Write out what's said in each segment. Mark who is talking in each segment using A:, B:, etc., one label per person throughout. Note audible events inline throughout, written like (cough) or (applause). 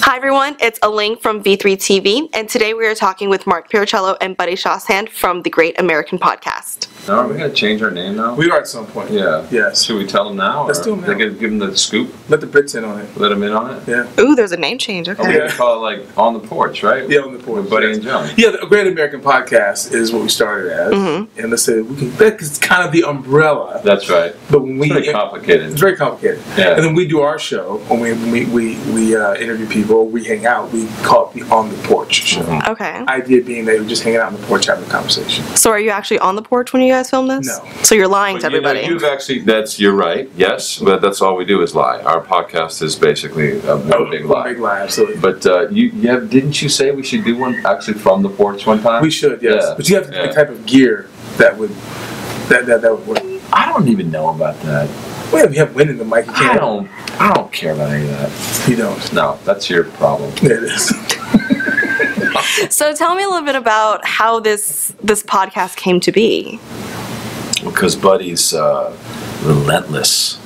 A: Hi, everyone. It's Aling from V3 TV, and today we are talking with Mark Piricello and Buddy Shawsand from the Great American Podcast.
B: Now, are we going to change our name now?
C: We are at some point.
B: yeah.
C: Yes.
B: Should we tell them now?
C: Let's
B: or
C: do 'em now.
B: They could give them the scoop,
C: Let the Brits in on it.
B: let them in on it.
C: Yeah.
A: Ooh, there's a name change.
B: Are we
A: Okay.
B: going to call it like On the Porch, right?
C: Yeah, on the porch.
B: With Buddy
C: yes.
B: and John.
C: Yeah, the Great American Podcast is what we started as, and let's say we can. That is kind of the umbrella,
B: That's right.
C: but when we
B: Pretty complicated.
C: It's very complicated.
B: Yeah.
C: And then we do our show when we we we, we uh, interview people, we hang out, we call it the on the porch show.
B: Mm-hmm.
A: Okay.
C: Idea being that you're just hanging out on the porch having a conversation.
A: So, are you actually on the porch when you guys film this?
C: No.
A: So you're lying to
B: But you know,
A: everybody.
B: You've actually, that's, you're right, yes, but that's all we do is lie. Our podcast is basically a one big
C: Oh, One
B: lie.
C: Big lie, absolutely.
B: But uh, you, you have, didn't you say we should do one actually from the porch one time?
C: we should, yes.
B: Yeah,
C: But you have to pick
B: yeah.
C: the type of gear that would that that, that would work.
B: I don't even know about that.
C: Well, we have wind in the mic. You
B: I
C: can't.
B: don't. I don't care about any of that.
C: You don't.
B: No, that's your problem.
C: There it is.
A: so, tell me a little bit about how this this podcast came to be.
D: because Buddy's uh, relentless.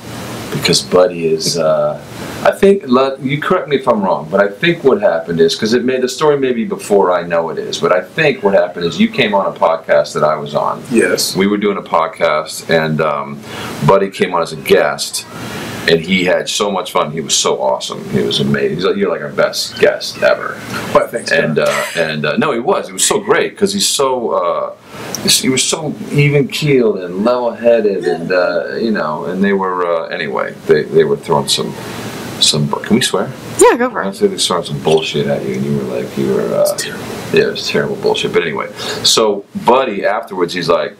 D: Because Buddy is, uh,
B: I think let- you correct me if I'm wrong, but I think what happened is because it may the story may be before I know it is, but I think what happened is you came on a podcast that I was on.
C: Yes.
B: We were doing a podcast, and um, Buddy came on as a guest, and he had so much fun. He was so awesome. He was amazing. He's like, you're like our best guest ever.
C: But thanks.
B: and
C: John.
B: uh, and uh, no, he was. He was so great because he's so uh, he was so even keeled and level headed, and uh, you know. And they were uh, anyway. They they were throwing some some. Can we swear?
A: Yeah, go for
B: I
A: it.
B: said they was throwing some bullshit at you, and you were like, you were. Uh, yeah, it was terrible bullshit. But anyway, so Buddy afterwards, he's like,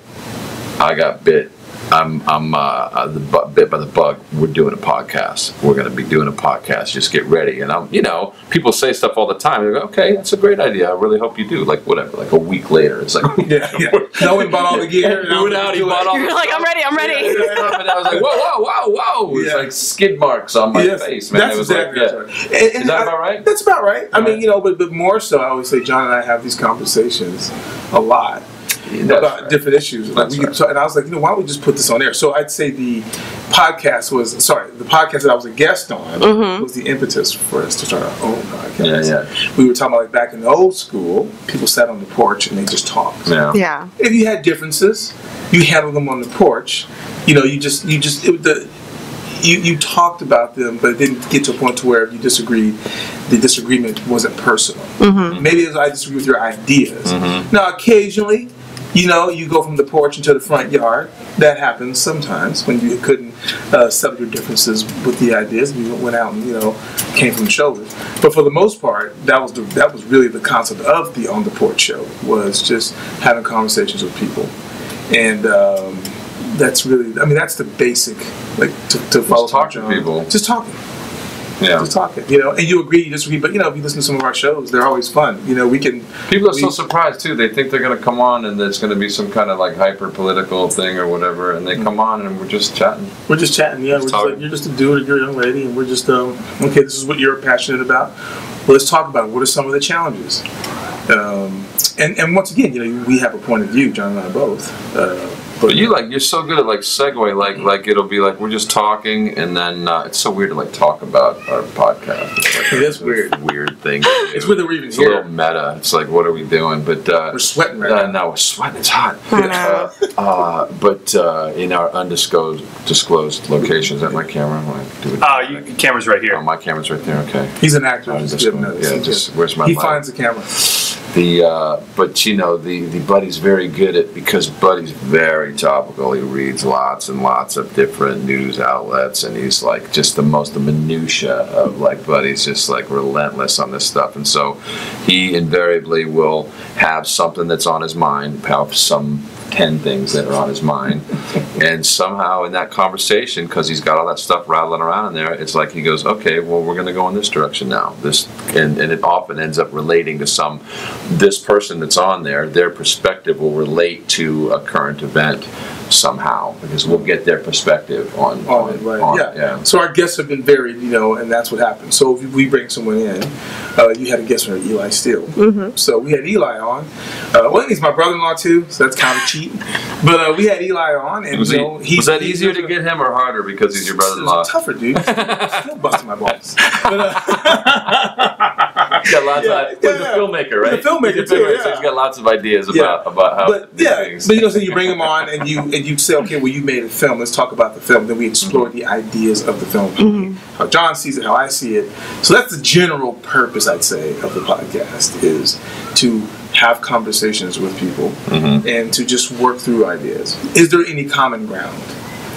B: I got bit. I'm I'm uh, uh, the bu- bit by the bug. We're doing a podcast. We're gonna be doing a podcast. Just get ready. And I'm, you know, people say stuff all the time. They go, okay, that's a great idea. I really hope you do. Like whatever. Like a week later, it's like
C: (laughs) (laughs) yeah,
B: (laughs)
C: yeah. Knowing about all the gear. and
B: We went out, he bought
A: (laughs)
B: all-
A: You're like, I'm ready. I'm
B: (laughs)
A: ready.
C: (laughs)
B: And I was like, whoa, whoa, whoa, whoa! It's
C: Yeah.
B: like skid marks on my
C: Yes,
B: face, man.
C: that's
B: it was
C: exactly
B: like,
C: right.
B: yeah.
C: And- and
B: Is that
C: I-
B: about right?
C: That's about right. I mean,
B: Right.
C: you know, but, but more so, I always say John and I have these conversations a lot
B: That's
C: about
B: right.
C: different issues. Like
B: That's
C: we could
B: right.
C: talk- and I was like, you know, why don't we just put this on air? So I'd say the podcast was sorry, the podcast that I was a guest on
A: Mm-hmm.
C: was the impetus for us to start our own podcast.
B: Yeah,
C: We were talking about like back in the old school, people sat on the porch and they just talked.
B: Yeah.
A: Yeah.
C: if you had differences, you handled them on the porch. You know, you just you just it, the you you talked about them, but it didn't get to a point to where if you disagreed, the disagreement wasn't personal. Maybe it was, I disagree with your ideas. Now, occasionally, you know, you go from the porch into the front yard. That happens sometimes when you couldn't uh, settle your differences with the ideas. You went out and you know came from the shoulders. But for the most part, that was the, that was really the concept of the on the porch show was just having conversations with people, and um, that's really I mean that's the basic like to, to follow
B: talk to
C: John.
B: people.
C: Just talking
B: yeah.
C: just talking, you know. And you agree, you disagree, but you know, if you listen to some of our shows, they're always fun. You know, we can.
B: People are so
C: we-
B: surprised too. They think they're going to come on and it's going to be some kind of like hyper political thing or whatever, and they come on and we're just chatting.
C: We're just chatting, yeah. We're just
B: talking.
C: like, you're just a dude, you're a young lady, and we're just um, okay. This is what you're passionate about. Well, let's talk about it. what are some of the challenges. Um, and and once again, you know, we have a point of view, John and I both. Uh,
B: But you like you're so good at like segue, like like it'll be like we're just talking, and then uh, it's so weird to like talk about our podcast. It's like
C: It
B: this
C: is weird.
B: (laughs) weird thing. to do.
C: It's whether we're even
B: (laughs) it's a
C: here.
B: little meta. It's like what are we doing? But uh,
C: We're sweating right
B: uh,
C: now.
B: No, we're sweating. It's hot.
A: I know.
B: Uh, uh, but uh, in our undisclosed disclosed locations, at my camera, I'm like, do it.
E: Oh, you, your camera's right
B: Oh,
E: here.
B: my camera's right there. Okay.
C: He's an actor.
B: I
C: just
B: just-
C: give him notice.
B: yeah,
C: He
B: just-
C: just-
B: where's my
C: He
B: mic?
C: finds the camera.
B: The uh, but you know the the buddy's very good at because buddy's very topical. He reads lots and lots of different news outlets, and he's like just the most the minutia of like buddy's just like relentless on this stuff. And so he invariably will have something that's on his mind, have some ten things that are on his mind, and somehow in that conversation, because he's got all that stuff rattling around in there, it's like he goes, okay, well we're going to go in this direction now. This and and it often ends up relating to some this person that's on there, their perspective will relate to a current event somehow because we'll get their perspective on
C: on it, Oh, right?
B: on-
C: yeah. So our guests have been varied, you know, and that's what happens. So if we bring someone in, uh, you had a guest from Eli Steele. Mm-hmm. So we had Eli on. Uh, well, he's my brother-in-law too, so that's kind of cheat. But uh, we had Eli on, and
B: Was,
C: you
B: he-
C: know, he,
B: was that
C: he-
B: easier to get him or harder because he's your
C: It was
B: brother-in-law?
C: tougher, dude. Still busting my balls. But, uh,
B: he's got lots
C: Yeah,
B: of he's
C: yeah.
B: a filmmaker, right?
C: He's a filmmaker
B: he's,
C: too,
B: so
C: yeah.
B: he's got lots of ideas
C: Yeah.
B: about about how
C: But
B: Oh, these
C: yeah,
B: things.
C: but you know, so you bring them on and you and you say, okay, well, you made a film. Let's talk about the film. Then we explore
B: Mm-hmm.
C: the ideas of the film, how John sees it, how I see it. So that's the general purpose, I'd say, of the podcast is to have conversations with people
B: Mm-hmm.
C: and to just work through ideas. Is there any common ground?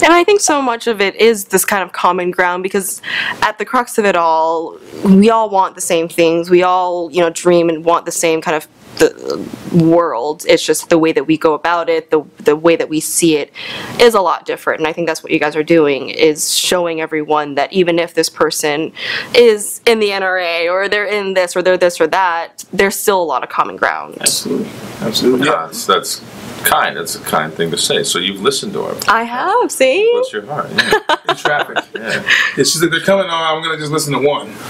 A: And I think so much of it is this kind of common ground because at the crux of it all, we all want the same things. We all, you know, dream and want the same kind of the world. It's just the way that we go about it, the the way that we see it is a lot different. And I think that's what you guys are doing is showing everyone that even if this person is in the NRA or they're in this or they're this or that, there's still a lot of common ground.
C: Absolutely, absolutely.
B: Yeah,
C: Yeah.
B: that's, that's kind. That's a kind thing to say. So you've listened to her.
A: I have, see?
B: Bless your heart. Yeah.
C: In traffic.
B: yeah.
C: It's just that they're coming on. I'm gonna just listen to one.
B: (laughs)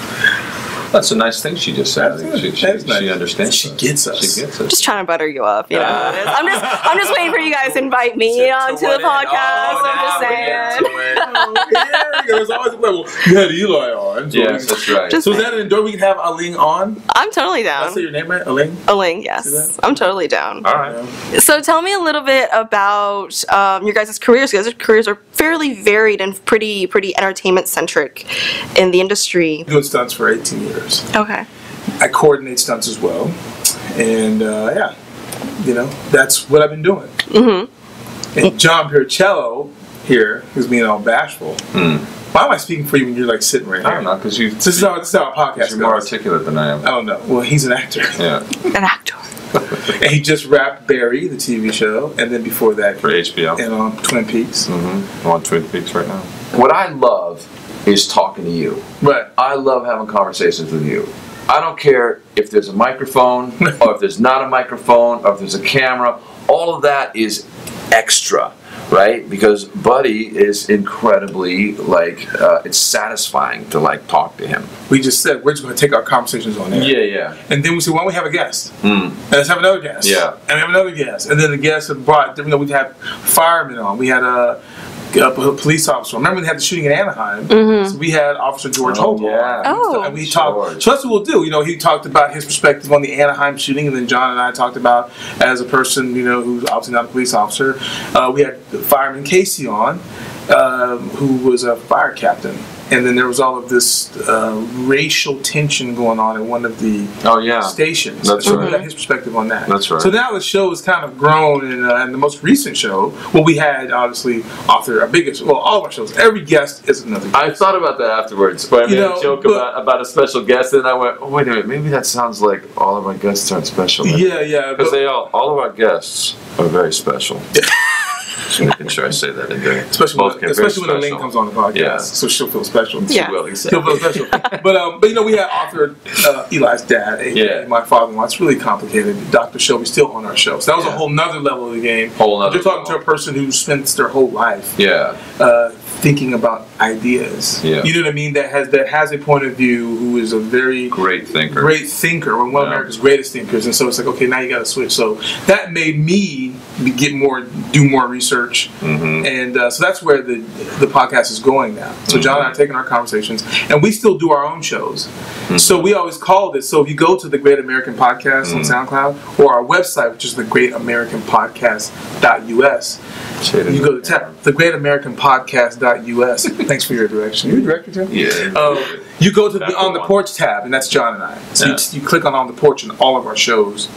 B: That's a nice thing she just said. I think
C: That's
B: she,
C: good.
B: she,
C: That's nice.
B: she understands.
C: She
B: us.
C: gets us.
B: She gets us.
A: just trying to butter you up. You know, how it is. I'm just I'm just waiting for you guys to invite
B: (laughs)
A: me onto
B: what
A: the
B: end?
A: podcast.
B: Oh,
A: I'm just
B: now we get
A: saying.
B: to it.
C: yeah, there's always a level. You had Eli on. So
B: yes, that's right.
A: Just-
C: So is that an door we can have Aline on?
A: I'm totally
B: Um,
C: Did I say
A: down.
C: your name right? Aline?
A: Aling,
C: See
A: yes,
C: that?
A: I'm totally down.
B: All right.
A: So tell me a little bit about um, your guys' careers. You guys' careers are fairly varied and pretty pretty entertainment centric in the industry.
C: Doing stunts for 18 years.
A: Okay.
C: I coordinate stunts as well. And uh, yeah, you know, that's what I've been doing. Mm-hmm. And John Piercello here, who's being all bashful. Why am I speaking for you when you're like sitting right
B: I
C: here?
B: don't know because you.
C: So This is how, this is how our podcast
B: you're more
C: goes.
B: articulate than I
C: I
B: am.
C: don't know. Well, he's an actor.
B: Yeah,
A: An actor.
C: and he just wrapped Barry, the TV show, and then before that,
B: for HBO.
C: and on Twin Peaks.
B: I'm on Twin Peaks right now. What I love is talking to you.
C: Right.
B: I love having conversations with you. I don't care if there's a microphone or if there's not a microphone or if there's a camera. All of that is extra, right? Because Buddy is incredibly like uh, it's satisfying to like talk to him.
C: We just said we're just going to take our conversations on air.
B: yeah.
C: And then we said, why don't we have a guest? And let's have another guest.
B: Hmm. Yeah.
C: And we have another guest. And then the guest had brought, you know, we had firemen on. We had a, a p- police officer. Remember we had the shooting in Anaheim? So we had Officer George
B: Oh,
C: Hobo. on.
B: yeah.
A: Oh.
C: And we talked.
B: George.
C: So that's what we'll do. You know, he talked about his perspective on the Anaheim shooting. And then John and I talked about, as a person, you know, who's obviously not a police officer, uh, we had Fireman Casey on, um, who was a fire captain. And then there was all of this uh, racial tension going on at one of the
B: Oh yeah.
C: stations.
B: That's
C: So
B: right.
C: we got his perspective on that.
B: That's right.
C: So now the show has kind of grown, and, uh, and the most recent show, well, we had obviously author, our biggest, well, all of our shows. Every guest is another. Guest.
B: I thought about that afterwards, but I
C: You
B: made
C: know,
B: a joke
C: but-
B: about, about a special guest, and I went, oh, wait a minute, maybe that sounds like all of our guests aren't special.
C: yeah, yeah.
B: Because
C: But,
B: they all, all of our guests are very
C: (laughs)
B: special. Just making sure I say that in there.
C: especially
B: Both
C: when,
B: get very
C: especially when Elaine
B: special.
C: comes on the podcast,
B: Yeah.
C: so she'll feel special.
A: Yeah.
B: Well,
C: She'll
B: exactly.
C: feel special. but um, but you know, we had author uh, Eli's dad, and
B: Yeah.
C: my father-in-law. It's really complicated. Dr. Shelby's still on our show, so that was a
B: Yeah.
C: whole nother level of the game.
B: Whole nother
C: You're talking
B: level.
C: to a person who spends their whole life
B: (laughs) Yeah,
C: uh, thinking about ideas.
B: Yeah.
C: You know what I mean? That has that has a point of view who is a very
B: great thinker.
C: great thinker, one of
B: Yeah.
C: America's greatest thinkers. And so it's like, okay, now you got to switch. So that made me be- get more, do more research,
B: Mm-hmm.
C: and uh, so that's where the the podcast is going now. So John
B: Mm-hmm.
C: and I are taking our conversations, and we still do our own shows.
B: Mm-hmm.
C: So we always call this. So if you go to the Great American Podcast
B: Mm-hmm.
C: on SoundCloud or our website, which is the Great American Podcast.us,
B: Shit,
C: you go to tap the Great American Podcast.us. Thanks for your direction. You directed Jim?
B: Yeah.
C: Um, you go to
B: That's
C: the on
B: the
C: the
B: one.
C: porch tab, and that's John and I. So
B: Yeah.
C: you, you click on on the porch, and all of our shows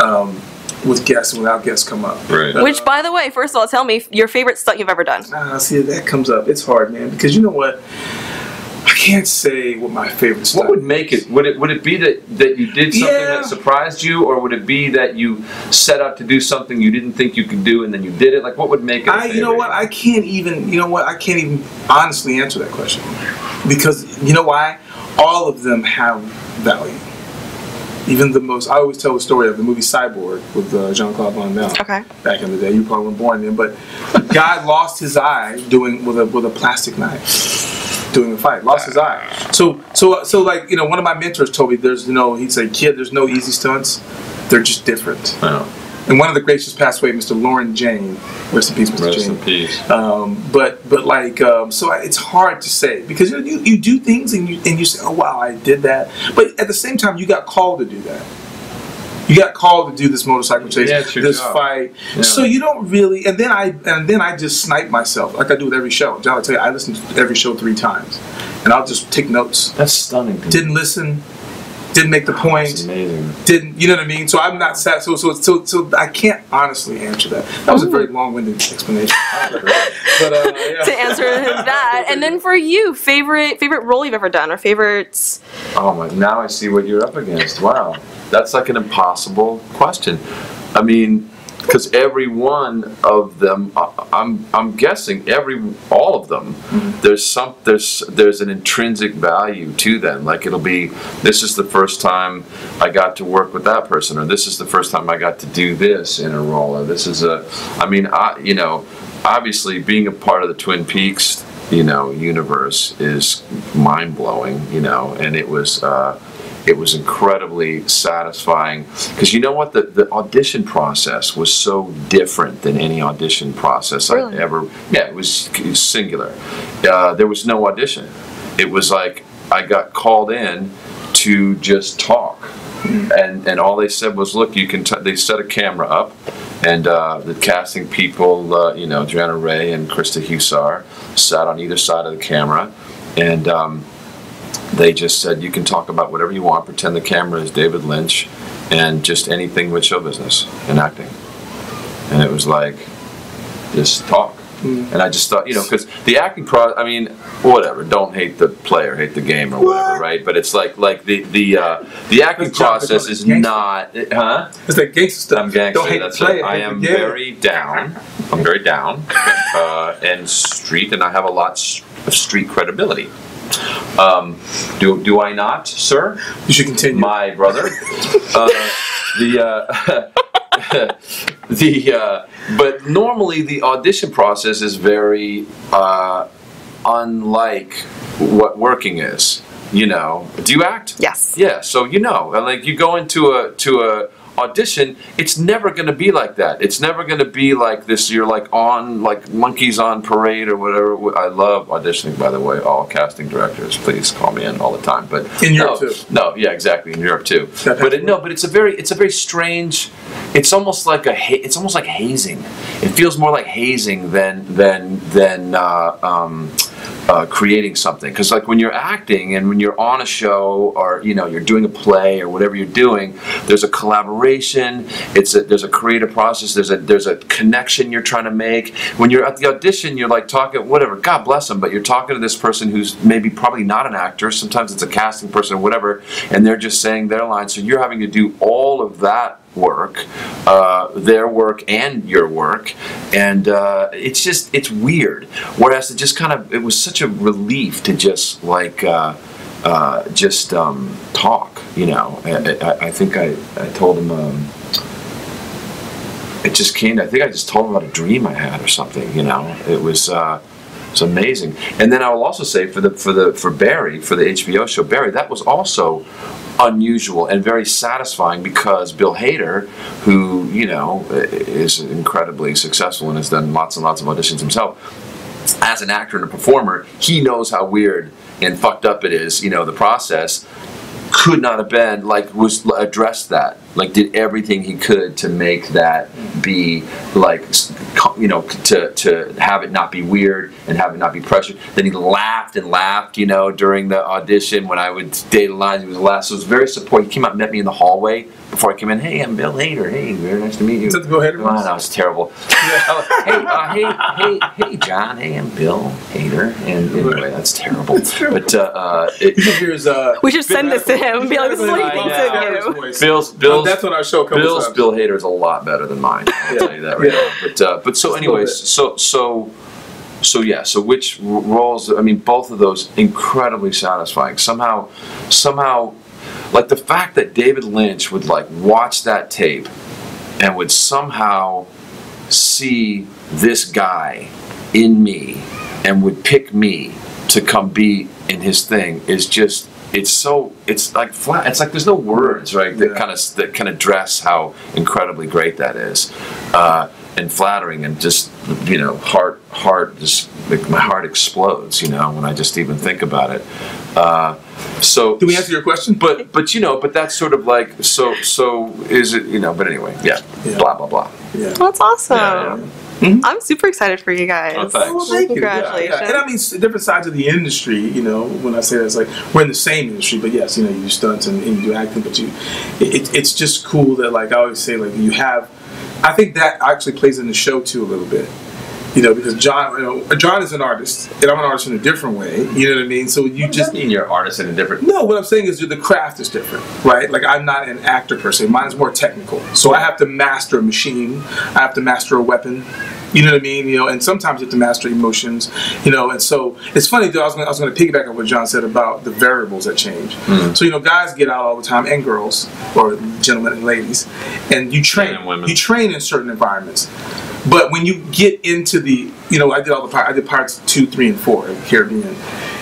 C: um, with guests and without guests come up.
B: Right.
A: Which, by the way, first of all, tell me your favorite stunt you've ever done.
C: Ah, see that comes up. It's hard, man, because you know what? I can't say what my favorite.
B: What
C: stuff
B: would make it? Would it would it be that, that you did something
C: Yeah.
B: that surprised you, or would it be that you set out to do something you didn't think you could do and then you did it? Like, what would make it? a
C: I, you know
B: favorite?
C: what? I can't even. You know what? I can't even honestly answer that question because you know why? All of them have value. Even the most. I always tell the story of the movie Cyborg with uh, Jean Claude Van Damme.
A: Okay.
C: Back in the day, you probably weren't born then, but God (laughs) lost his eye doing with a with a plastic knife. Doing a fight, lost his eye. So, so, so, like you know, one of my mentors told me, "There's no," he'd say, "Kid, there's no easy stunts. They're just different."
B: I know.
C: And one of the greats just passed away, Mr. Lauren Jane. Rest in peace, Mr.
D: Rest
C: Jane.
D: in peace.
C: Um, but but like um, so, I, it's hard to say because you, you you do things and you and you say, oh wow, I did that. But at the same time, you got called to do that. You got called to do this motorcycle chase,
B: Yeah, it's your
C: this
B: job.
C: fight.
B: Yeah.
C: So you don't really. And then I and then I just snipe myself like I do with every show. John, I tell you, I listen to every show three times, and I'll just take notes.
D: That's stunning. to me.
C: Didn't listen. Didn't make the
D: It's
C: point
D: amazing.
C: didn't you know what I mean? So I'm not sat so so so so I can't honestly answer that. That was a very long-winded explanation. but uh, yeah.
A: to
B: (laughs)
A: answer him that. And then for you, favorite favorite role you've ever done or favorites?
B: Oh my! Now I see what you're up against. Wow, that's like an impossible question. I mean, because every one of them, I- I'm I'm guessing every all of them, there's some there's there's an intrinsic value to them. Like it'll be this is the first time I got to work with that person, or this is the first time I got to do this in a role, or this is a. I mean, I you know, obviously being a part of the Twin Peaks you know universe is mind blowing you know and it was uh, it was incredibly satisfying because you know what the, the audition process was so different than any audition process
A: Really?
B: I've ever yeah it was singular uh, there was no audition it was like I got called in to just talk and and all they said was, look, you can. T-, they set a camera up, and uh, the casting people, uh, you know, Joanna Ray and Krista Hussar, sat on either side of the camera, and um, they just said, you can talk about whatever you want. Pretend the camera is David Lynch, and just anything with show business and acting. And it was like, just talk.
C: Hmm.
B: And I just thought, you know, because the acting pro, I mean, whatever. Don't hate the player, hate the game, or whatever,
C: What?
B: right? But it's like, like the the uh, the acting
C: Let's jump to
B: process is
C: gangster.
B: not, huh?
C: It's that gangster stuff.
B: I'm gangster.
C: Don't hate
B: that's
C: the
B: it.
C: player.
B: I
C: hate the
B: am
C: game.
B: very down. I'm very down (laughs) uh, and street, and I have a lot s- of street credibility. Um, do do I not, sir?
C: You should continue.
B: My brother. uh, the uh, (laughs) the uh, but normally the audition process is very uh, unlike what working is. You know, do you act?
A: Yes.
B: Yeah, so you know, and like you go into a to a audition, it's never going to be like that. It's never going to be like this. You're like on like monkeys on parade or whatever. I love auditioning, by the way. All casting directors, please call me in all the time. But
C: In Europe,
B: no,
C: too.
B: No, yeah, exactly in Europe too.
C: That
B: But
C: has
B: it, no, but it's a very it's a very strange. It's almost like a ha- it's almost like hazing. It feels more like hazing than than than. Uh, um, uh, creating something because like when you're acting and when you're on a show or you know you're doing a play or whatever you're doing there's a collaboration it's a, there's a creative process there's a there's a connection you're trying to make when you're at the audition you're like talking whatever god bless them but you're talking to this person who's maybe probably not an actor sometimes it's a casting person or whatever and they're just saying their line so you're having to do all of that work, uh, their work and your work, and uh, it's just it's weird. Whereas it just kind of it was such a relief to just like uh, uh, just um, talk, you know. I, I, I think I I told him. Um, it just came. I think I just told him about a dream I had or something. You know, it was. Uh, it's amazing. And then I will also say for the for the for Barry for the HBO show Barry that was also unusual and very satisfying because Bill Hader, who you know i- is incredibly successful and has done lots and lots of auditions himself, as an actor and a performer, he knows how weird and fucked up it is. You know the process could not have been like was addressed that like did everything he could to make that be like s- co- you know to to have it not be weird and have it not be pressured then he laughed and laughed you know during the audition when i would date lines he was last so it was very supportive he came out and met me in the hallway before i came in hey i'm bill hader hey very nice to meet you
C: Is that the Bill Hader
B: Wow,
C: one?
B: that was
C: (laughs)
B: terrible hey, uh, hey, hey, hey, John. Hey, I'm Bill Hader. And anyway, that's terrible. But uh, uh,
C: (laughs) You
B: it,
C: should hear his, uh,
A: We should send
C: Bill
A: this to him and be like, this is what he
C: Hader
A: thinks
C: voice.
A: of
C: Bill
A: you.
C: Hader's voice.
B: Bill's
C: Oh,
B: Bill's
C: that's what our show comes
B: Bill's
C: up.
B: Bill Hader is a lot better than mine. I'll tell you that right
C: Yeah.
B: now. But uh, but so,
C: a little
B: anyways,
C: bit.
B: so so so yeah. So which r- roles? I mean, both of those incredibly satisfying. Somehow, somehow, like the fact that David Lynch would like watch that tape and would somehow see this guy in me and would pick me to come be in his thing is just it's so it's like flat. It's like there's no words right that
C: Yeah.
B: kind of that can address how incredibly great that is, uh, and flattering and just you know heart heart just like my heart explodes you know when I just even think about it. Uh, so
C: Do we answer your question?
B: But but you know but that's sort of like so so is it you know but anyway yeah,
C: Yeah.
B: blah blah blah.
C: yeah.
A: Well, that's awesome.
B: Yeah,
A: I'm super excited for you guys.
B: Oh, thanks.
C: Mm-hmm. Well, thank you. Yeah,
A: Congratulations.
C: yeah. And I mean, s- different sides of the industry, you know, when I say that, it's like we're in the same industry, but yes, you know, you do stunts and, and you do acting, but you, it, it's just cool that, like, I always say, like, you have, I think that actually plays in the show too a little bit. You know, because John, you know, John is an artist, and I'm an artist in a different way. You know what I mean? So you
B: Does
C: just
B: that mean you're an artist in a different
C: no, what I'm saying is the craft is different, right? Like I'm not an actor per se. Mine is more technical. So I have to master a machine. I have to master a weapon. You know what I mean? You know, and sometimes you have to master emotions. You know, and so it's funny though. I was going to piggyback on what John said about the variables that change.
B: Hmm.
C: So you know, guys get out all the time, and girls, or gentlemen and ladies, and you train.
B: Men and women.
C: You train in certain environments. But when you get into the, you know, I did all the pi- I did parts two, three, and four in the Caribbean,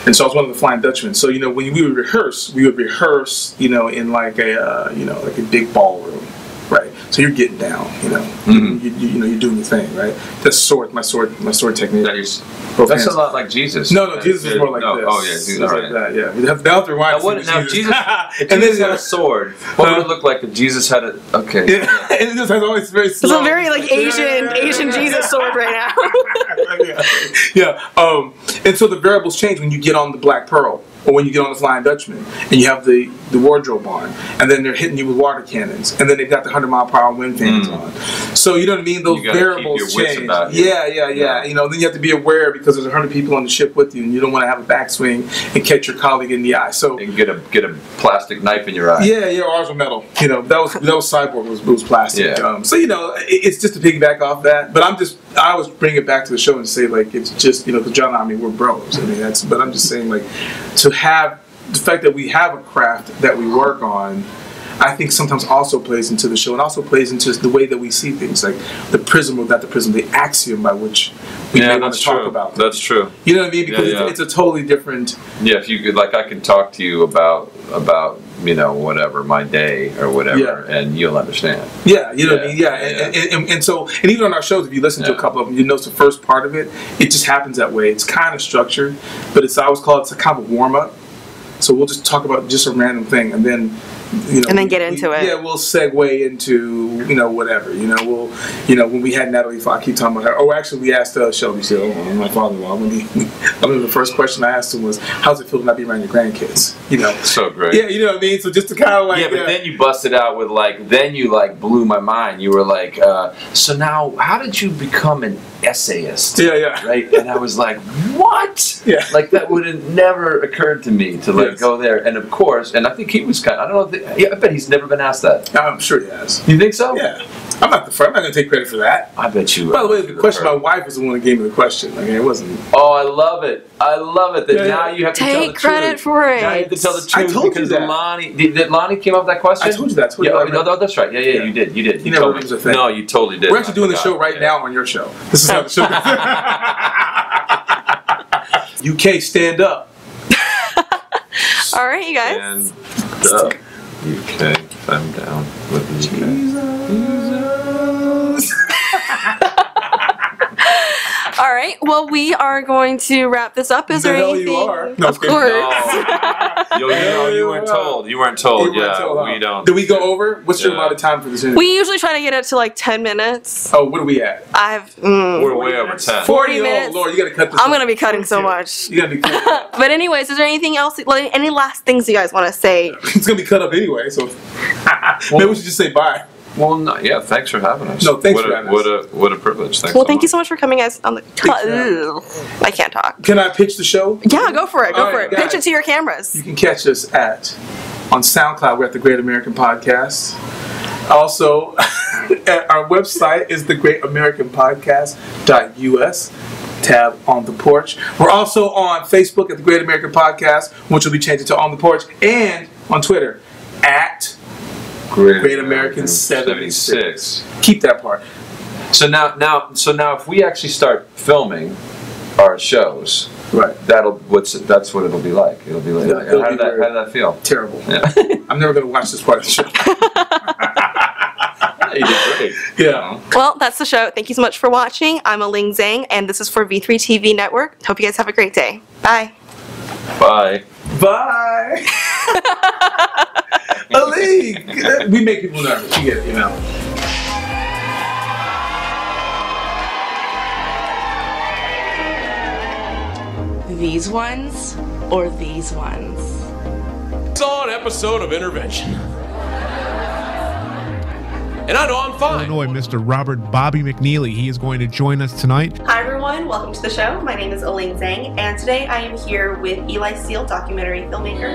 C: and so I was one of the Flying Dutchmen. So you know, when we would rehearse, we would rehearse, you know, in like a, uh, you know, like a big ballroom, right? So you're getting down, you know,
B: Mm-hmm.
C: you, you, you know, you're doing your thing, right? That's sword, my sword, my sword technique.
B: That is,
C: Both
B: that's
C: hands.
B: a lot like Jesus.
C: No, no, Jesus
B: Uh,
C: was more like
B: no,
C: this.
B: Oh yeah,
C: It was
B: Jesus.
C: like
B: All right.
C: that, yeah. You'd have, now,
B: Now, what, now if Jesus, if
C: (laughs) and
B: Jesus
C: then
B: had a sword. What would it look like if Jesus had a? Okay.
C: yeah, and it just has always very.
A: It's a
C: slow-
A: very like Asian Asian Jesus sword right
C: (laughs)
A: now.
C: yeah. (laughs) yeah. Um, and so the variables change when you get on the Black Pearl or when you get on the Flying Dutchman and you have the, the wardrobe on, and then they're hitting you with water cannons, and then they've got the 100 mile per hour wind fans on. So you know what I mean? Those
B: Hmm. You gotta keep
C: variables
B: your wits
C: change.
B: about you.
C: yeah, yeah, yeah,
B: Yeah.
C: You know, then you have to be aware because there's 100 people on the ship with you, and you don't want to have a backswing and catch your colleague in the eye. So.
B: And get a get a plastic knife in your eye.
C: Yeah, yeah, ours were metal. You know, that was that was cyborg was, was plastic.
B: Yeah.
C: Um, so you know, it, it's just to piggyback off that. But I'm just I always bring it back to the show and say like it's just you know because John and I, I mean we're bros. I mean that's but I'm just saying like to have the fact that we have a craft that we work on. I think sometimes also plays into the show and also plays into the way that we see things, like the prism or not the prism, the axiom by which we may want to talk about. them.
B: That's true.
C: You know what I mean? Because
B: yeah.
C: It's, it's a totally different.
B: Yeah, if you could, like, I can talk to you about about you know whatever my day or whatever, and you'll understand.
C: Yeah, you know what I mean?
B: Yeah,
C: Yeah. And,
B: yeah.
C: and, and, and so, and even on our shows, if you listen to a
B: Yeah.
C: couple of them, you notice the first part of it, it just happens that way. It's kind of structured, but it's, I always call it, it's a kind of warm up. So we'll just talk about just a random thing and then, you know.
A: And then get
C: we-
A: into
C: we-
A: it.
C: Yeah, we'll segue into, you know, whatever. You know, we'll, you know, when we had Natalie Fox, I keep talking about her. Oh, actually, we asked uh, Shelby Seal, uh, my father in law, when he, (laughs) I remember the first question I asked him was, how's it feel to not be around your grandkids? You know.
B: So great.
C: Yeah, you know what I mean? So just to kind of like.
B: yeah, but then you busted out with like, then you like blew my mind. You were like, uh, so now how did you become an essayist?
C: Yeah, yeah.
B: right? And I was like, what?
C: Yeah.
B: (laughs) Like that would have never occurred to me to like
C: Yes.
B: go there. And of course, and I think he was kind. Of, I don't know. If the- yeah, I bet he's never been asked that.
C: I'm sure he has.
B: You think so?
C: Yeah, I'm not the first. I'm not gonna take credit for that.
B: I bet you.
C: By the way, the question my wife was the one that gave me the question. I mean, it wasn't.
B: Oh, I love it! I love it that
C: Yeah, yeah.
B: now you have to tell the
A: Take credit
B: truth.
A: for
B: Now you
A: it.
B: have to tell the
C: I
B: truth
C: told you
B: because
C: that.
B: Lonnie did, did Lonnie came up with that question.
C: I told you that. I told
B: yeah,
C: you
B: oh,
C: that.
B: no, no, that's right. Yeah, yeah,
C: Yeah.
B: you did. You did.
C: He never
B: told me.
C: remembers a thing.
B: No, you totally did.
C: We're actually
B: I
C: doing the
B: forgot.
C: show right
B: Yeah.
C: now on your show. This is how
B: (laughs)
C: the show. UK, stand up.
A: All right, you guys.
B: And uh, UK, I'm down with the UK.
A: All right. Well, we are going to wrap this up. Is
C: The
A: there
C: hell
A: anything?
C: you are. No,
A: of
C: I'm kidding.
A: course.
B: No. Oh. Yo, you, know, you weren't told. You weren't told.
C: Hey, we're
B: Oh, yeah,
C: until, uh,
B: we don't.
C: Did we go over? What's your
B: Yeah.
C: amount of time for this interview?
A: We usually try to get it to like ten minutes.
C: oh, what are we at?
A: I've. Mm,
B: We're way over time.
A: 40
C: Oh,
A: minutes.
C: Lord, you gotta cut this.
A: I'm
C: off.
A: gonna be cutting so much. (laughs)
C: You gotta be. Cut.
A: But anyways, is there anything else? Like, any last things you guys want to say?
C: it's gonna be cut up anyway. So (laughs) maybe we should just say bye.
B: Well, no, yeah. Thanks for having us.
C: No, thanks
B: what
C: for
B: a,
C: having
B: what a what a privilege. Thanks.
A: Well,
B: so
A: thank you
B: much.
A: so much for coming, guys. On the
C: Thanks, man.
A: Ugh, I can't talk.
C: Can I pitch the show?
A: Yeah, go for it. Go
C: All
A: for
C: right,
A: it.
C: guys.
A: Pitch it to your cameras.
C: You can catch us at on SoundCloud. We're at the Great American Podcast. Also, (laughs) at our website is thegreatamericanpodcast.us. Tab on the porch. We're also on Facebook at the Great American Podcast, which will be changed to on the porch, and on Twitter at Great American 76. keep that part.
B: So now, now, so now, if we actually start filming our shows,
C: Right.
B: That'll what's that's what it'll be like. It'll be like.
C: Yeah, it'll
B: how,
C: be
B: did that,
C: very-
B: how did that feel?
C: Terrible.
B: Yeah.
C: (laughs) I'm never going to watch this part of the show.
B: you did great.
C: Yeah.
A: Well, that's the show. Thank you so much for watching. I'm Aling Zhang, and this is for V3 TV Network. Hope you guys have a great day. Bye.
B: Bye.
C: (laughs) Bye. Ali, we make people nervous. You get it, you know.
E: these ones or these ones?
F: saw an episode of Intervention. And I know I'm fine.
G: Illinois, Mr. Robert Bobby McNeely. He is going to join us tonight.
A: Hi, everyone. Welcome to the show. My name is Aling Zhang, and today I am here with Eli Seal, documentary filmmaker.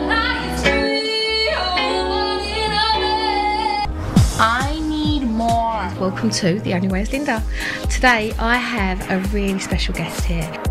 H: I need more. Welcome to The Only Way is Linda. Today I have a really special guest here.